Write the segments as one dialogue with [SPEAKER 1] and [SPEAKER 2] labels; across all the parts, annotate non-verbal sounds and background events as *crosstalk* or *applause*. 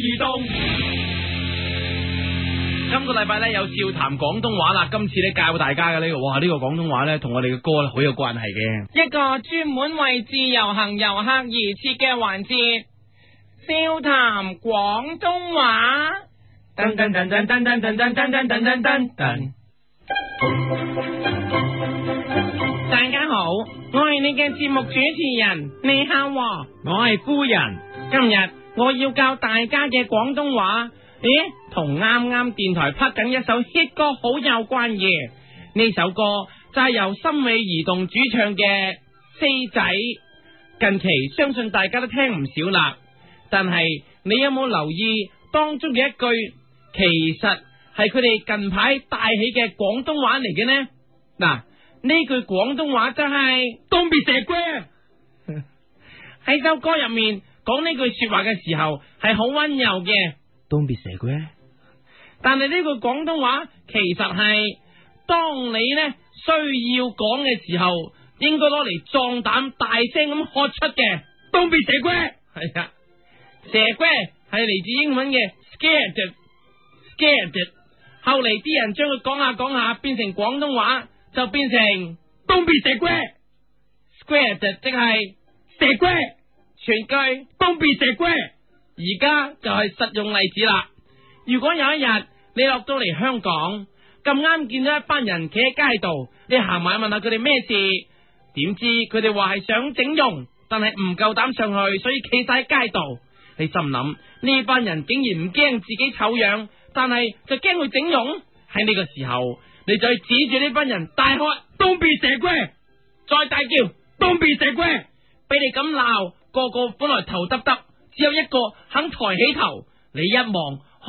[SPEAKER 1] 自動。今個禮拜咧有笑談廣東話啦，今次咧教大家嘅呢個，哇呢個廣東話咧同我哋嘅歌咧好有關係嘅。
[SPEAKER 2] 一個專門為自由行遊客而設嘅環節，笑談廣東話。噔噔噔噔噔噔噔噔噔噔噔噔噔噔。大家好，我係你嘅節目主持人，你好喎，
[SPEAKER 1] 我係夫人，
[SPEAKER 2] 今日我要教大家嘅廣東話，咦，同啱啱電台拍緊一首 hit 歌好有關嘅。呢首歌就係由心美移動主唱嘅《四仔》，近期相信大家都聽唔少啦。但係你有冇留意當中嘅一句，其實係佢哋近排帶起嘅廣東話嚟嘅呢？嗱，呢句廣東話就係、東別蛇 *laughs* 龜。啊喺首歌入面講呢句說話嘅時候係好溫柔嘅，
[SPEAKER 1] 東別蛇龜，
[SPEAKER 2] 但係呢句廣東話其實係當你呢需要講嘅時候，應該攞嚟壯膽大聲咁喝出嘅。
[SPEAKER 1] 東別蛇龜，
[SPEAKER 2] 係啊，蛇龜係嚟自英文嘅 scared，scared。後嚟啲人將佢講下講下變成廣東話，就變成
[SPEAKER 1] 東別蛇龜，
[SPEAKER 2] scared，即係
[SPEAKER 1] 蛇龜，
[SPEAKER 2] 全句。
[SPEAKER 1] 東別蛇龜，
[SPEAKER 2] 而家就係實用例子啦。如果有一日你落到嚟香港，咁啱見到一班人企喺街度，你行埋問下佢哋咩事，點知佢哋話係想整容，但係唔夠膽上去，所以企晒喺街度。你心諗呢班人竟然唔驚自己醜樣，但係就驚佢整容。喺呢個時候，你就去指住呢班人大喝，
[SPEAKER 1] 東別蛇龜，
[SPEAKER 2] 再大叫。
[SPEAKER 1] 東別蛇龜，
[SPEAKER 2] 俾你咁鬧，個個本來頭耷耷，只有一個肯抬起頭。你一望，啊，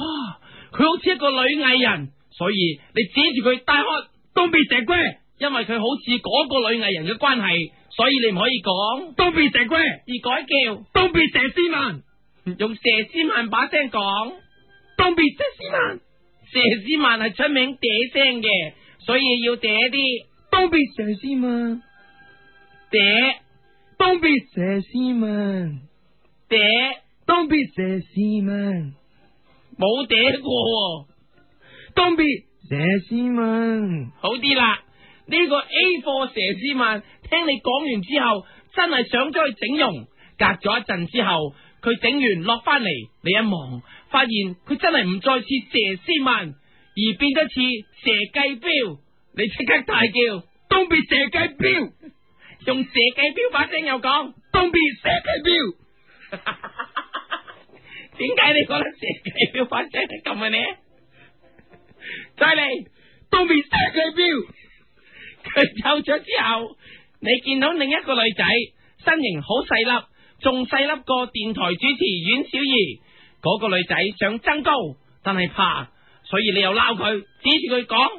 [SPEAKER 2] 佢好似一個女藝人，所以你指住佢大喝，
[SPEAKER 1] 東別蛇龜，
[SPEAKER 2] 因為佢好似嗰個女藝人嘅關係，所以你唔可以講，
[SPEAKER 1] 東別蛇龜，
[SPEAKER 2] 而改叫
[SPEAKER 1] 東別佘詩曼，
[SPEAKER 2] 用佘詩曼把聲講。
[SPEAKER 1] 東別佘詩曼，
[SPEAKER 2] 佘詩曼係出名嗲聲嘅，所以要嗲啲
[SPEAKER 1] 東別佘詩曼，
[SPEAKER 2] 嗲
[SPEAKER 1] 東別佘詩曼，
[SPEAKER 2] 嗲，
[SPEAKER 1] 東別佘詩曼，
[SPEAKER 2] 冇嗲過喎。
[SPEAKER 1] 東別佘詩曼，
[SPEAKER 2] 好啲啦。呢、個 A 貨佘詩曼，聽你講完之後，真係想咗去整容。隔咗一陣之後，佢整完落翻嚟，你一望，發現佢真係唔再似佘詩曼，而變得似蛇計標。你即刻大叫，
[SPEAKER 1] 東別佘繼標，
[SPEAKER 2] 用蛇計標把聲又講，
[SPEAKER 1] 東別佘繼標。
[SPEAKER 2] *laughs* 點解你覺得蛇計標把聲係咁嘅呢？再嚟。
[SPEAKER 1] 東邊射佢標，
[SPEAKER 2] 佢走咗之後，你見到另一個女仔，身形好細粒，仲細粒過電台主持阮小儀。嗰、個女仔想增高，但係怕，所以你又鬧佢，指住佢講。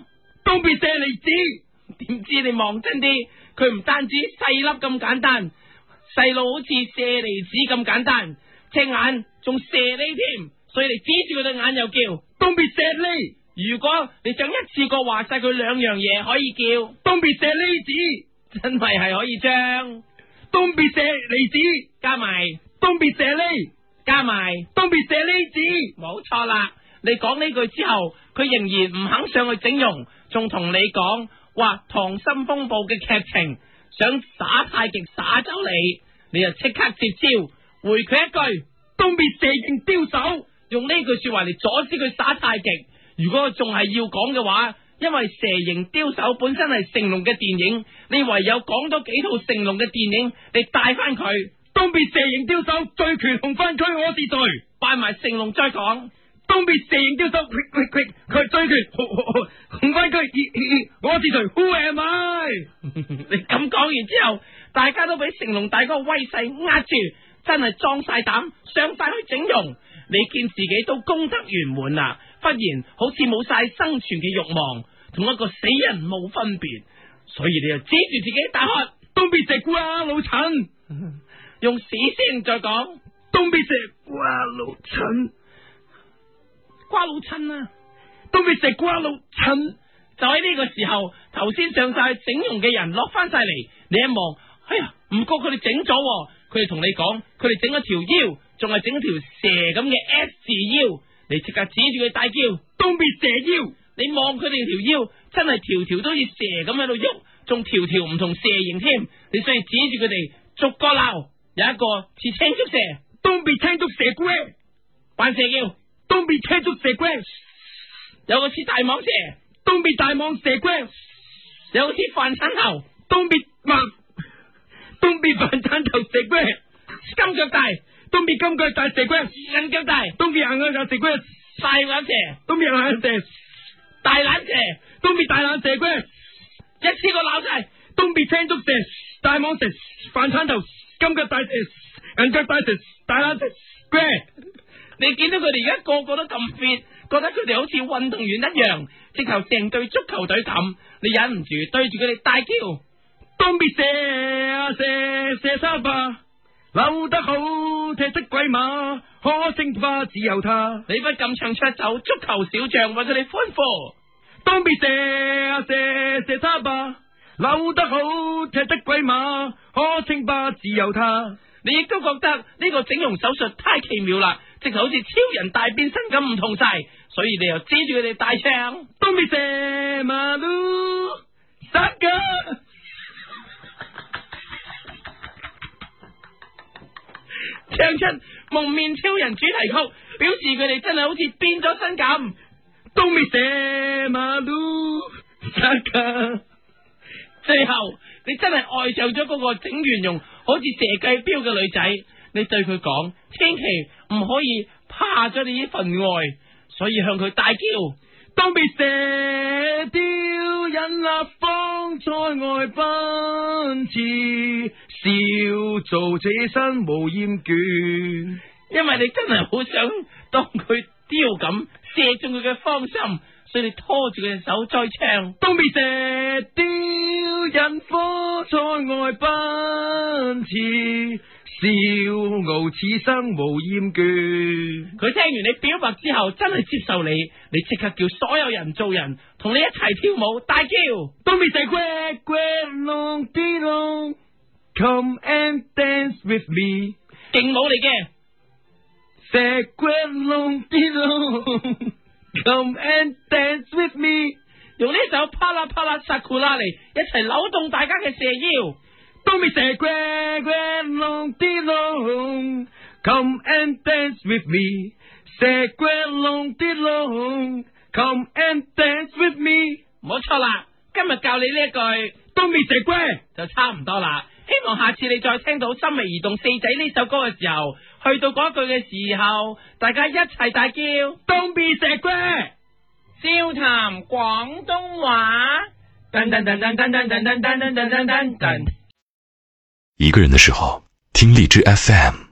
[SPEAKER 1] 東邊射離子，
[SPEAKER 2] 點知你望真啲，佢唔單止細粒咁簡單，細路好似射離子咁簡單，隻眼仲射你添，所以你指住佢對眼又叫。
[SPEAKER 1] 東邊射呢，
[SPEAKER 2] 如果你想一次過話晒佢兩樣嘢，可以叫。
[SPEAKER 1] 東邊射呢
[SPEAKER 2] 真係係可以將
[SPEAKER 1] 子，東邊射離子，
[SPEAKER 2] 加埋
[SPEAKER 1] 東邊射呢，
[SPEAKER 2] 加埋，
[SPEAKER 1] 東邊射呢子，
[SPEAKER 2] 冇錯啦。你講呢句之後，佢仍然唔肯上去整容，仲同你講話《溏心風暴》嘅劇情，想耍太極耍走你，你就即刻接招，回佢一句，
[SPEAKER 1] 東邊射應刁手，
[SPEAKER 2] 用呢句說話嚟阻止佢耍太極。如果佢仲係要講嘅話，因為《蛇形刁手》本身係成龍嘅電影，你唯有講多幾套成龍嘅電影，你帶翻佢，
[SPEAKER 1] 東邊射應刁手，醉拳紅番區我是誰，
[SPEAKER 2] 拜埋成龍再講。
[SPEAKER 1] 東邊射應刁手，佢佢佢佢醉拳紅紅紅番區，咦咦咦我是誰，Who am I？
[SPEAKER 2] *laughs* 你咁講完之後，大家都俾成龍大哥威勢壓住，真係壯晒膽上晒去整容。你見自己都功德圓滿啦，忽然好似冇晒生存嘅欲望，同一個死人冇分別，所以你就指住自己大喝，
[SPEAKER 1] 東邊射瓜啊老陳，
[SPEAKER 2] *laughs* 用屎先再講
[SPEAKER 1] 東邊射瓜啊老陳，
[SPEAKER 2] 瓜老襯啊！
[SPEAKER 1] 東邊射瓜啊老陳，
[SPEAKER 2] 就喺呢個時候，頭先上晒去整容嘅人落翻晒嚟，你一望，哎呀，唔覺佢哋整咗喎，佢哋同你講，佢哋整咗條腰，仲係整咗條蛇咁嘅 S 字腰，你即刻指住佢大叫，
[SPEAKER 1] 東邊蛇腰，
[SPEAKER 2] 你望佢哋條腰，真係條條都好似蛇咁喺度喐，仲條條唔同蛇形添，你所以指住佢哋逐個鬧，有一個似青竹蛇，
[SPEAKER 1] 東邊青竹蛇龜，
[SPEAKER 2] 玩蛇叫；
[SPEAKER 1] 東邊青竹蛇龜，
[SPEAKER 2] 有個似大蟒蛇，
[SPEAKER 1] 東邊大蟒蛇龜，
[SPEAKER 2] 有個似飯鏟頭，
[SPEAKER 1] 東邊
[SPEAKER 2] *laughs*
[SPEAKER 1] 蟒，東邊飯鏟頭蛇龜，
[SPEAKER 2] 金腳大，
[SPEAKER 1] 東邊金腳大蛇龜，
[SPEAKER 2] 銀腳大，
[SPEAKER 1] 東邊硬眼大蛇龜，
[SPEAKER 2] 大眼蛇。
[SPEAKER 1] 東邊硬眼蛇，
[SPEAKER 2] 大懶蛇，
[SPEAKER 1] 東邊大眼蛇龜，
[SPEAKER 2] 一次過鬧晒，
[SPEAKER 1] 東邊青竹蛇，大蟒蛇，飯鏟頭，金腳大蛇，銀腳大蛇，大眼蛇龜。
[SPEAKER 2] 你見到佢哋而家個個都咁 fit，覺得佢哋好似運動員一樣，直頭成隊足球隊咁，你忍唔住對住佢哋大叫，
[SPEAKER 1] 東邊射啊射射三吧，扭得好踢出鬼馬，可惜花只有他。
[SPEAKER 2] 你不禁唱出一首足球小將為佢哋歡呼。
[SPEAKER 1] 東邊射啊射射三吧，扭得好踢出鬼馬，可惜花只有他。
[SPEAKER 2] 你亦都覺得呢個整容手術太奇妙啦，直頭好似超人大變身咁唔同晒，所以你又指住佢哋大唱。
[SPEAKER 1] 東邊射馬路殺噶，
[SPEAKER 2] 唱出蒙面超人主題曲，表示佢哋真係好似變咗身咁。 *laughs*
[SPEAKER 1] 東邊射馬路殺噶，
[SPEAKER 2] 最後，你真係愛上咗嗰個整完容好似射計標嘅女仔，你對佢講，千祈唔可以怕咗你呢份愛，所以向佢大叫。
[SPEAKER 1] 東邊射雕引立方塞外賓至，笑做這身無厭倦。
[SPEAKER 2] 因為你真係好想當佢雕咁射中佢嘅芳心，所以你拖住佢隻手再唱。
[SPEAKER 1] 東邊射雕引科塞外賓至，笑傲此生無厭倦。
[SPEAKER 2] 佢聽完你表白之後，真係接受你，你即刻叫所有人做人，同你一齊跳舞大叫。
[SPEAKER 1] Don't be say quack quack long dee long, come and dance with me.
[SPEAKER 2] 勁舞嚟嘅，
[SPEAKER 1] Say quack long dee long, come and dance with me.
[SPEAKER 2] 用呢首啪啦啪啦撒庫拉嚟一齊扭動大家嘅蛇腰。
[SPEAKER 1] Don't be say quack quack long dee long, come and dance with me. Say quack long dee long, come and dance with me.
[SPEAKER 2] 冇錯啦，今日教你呢一句
[SPEAKER 1] Don't be say quack.
[SPEAKER 2] 就差唔多啦。希望下次你再聽到《心微移動四仔》呢首歌嘅時候，去到嗰句嘅時候，大家一齊大叫
[SPEAKER 1] Don't be say quack.
[SPEAKER 2] 笑談廣東話。噔噔噔噔噔噔噔噔噔噔噔噔噔。
[SPEAKER 3] 一个人的时候，听荔枝 FM。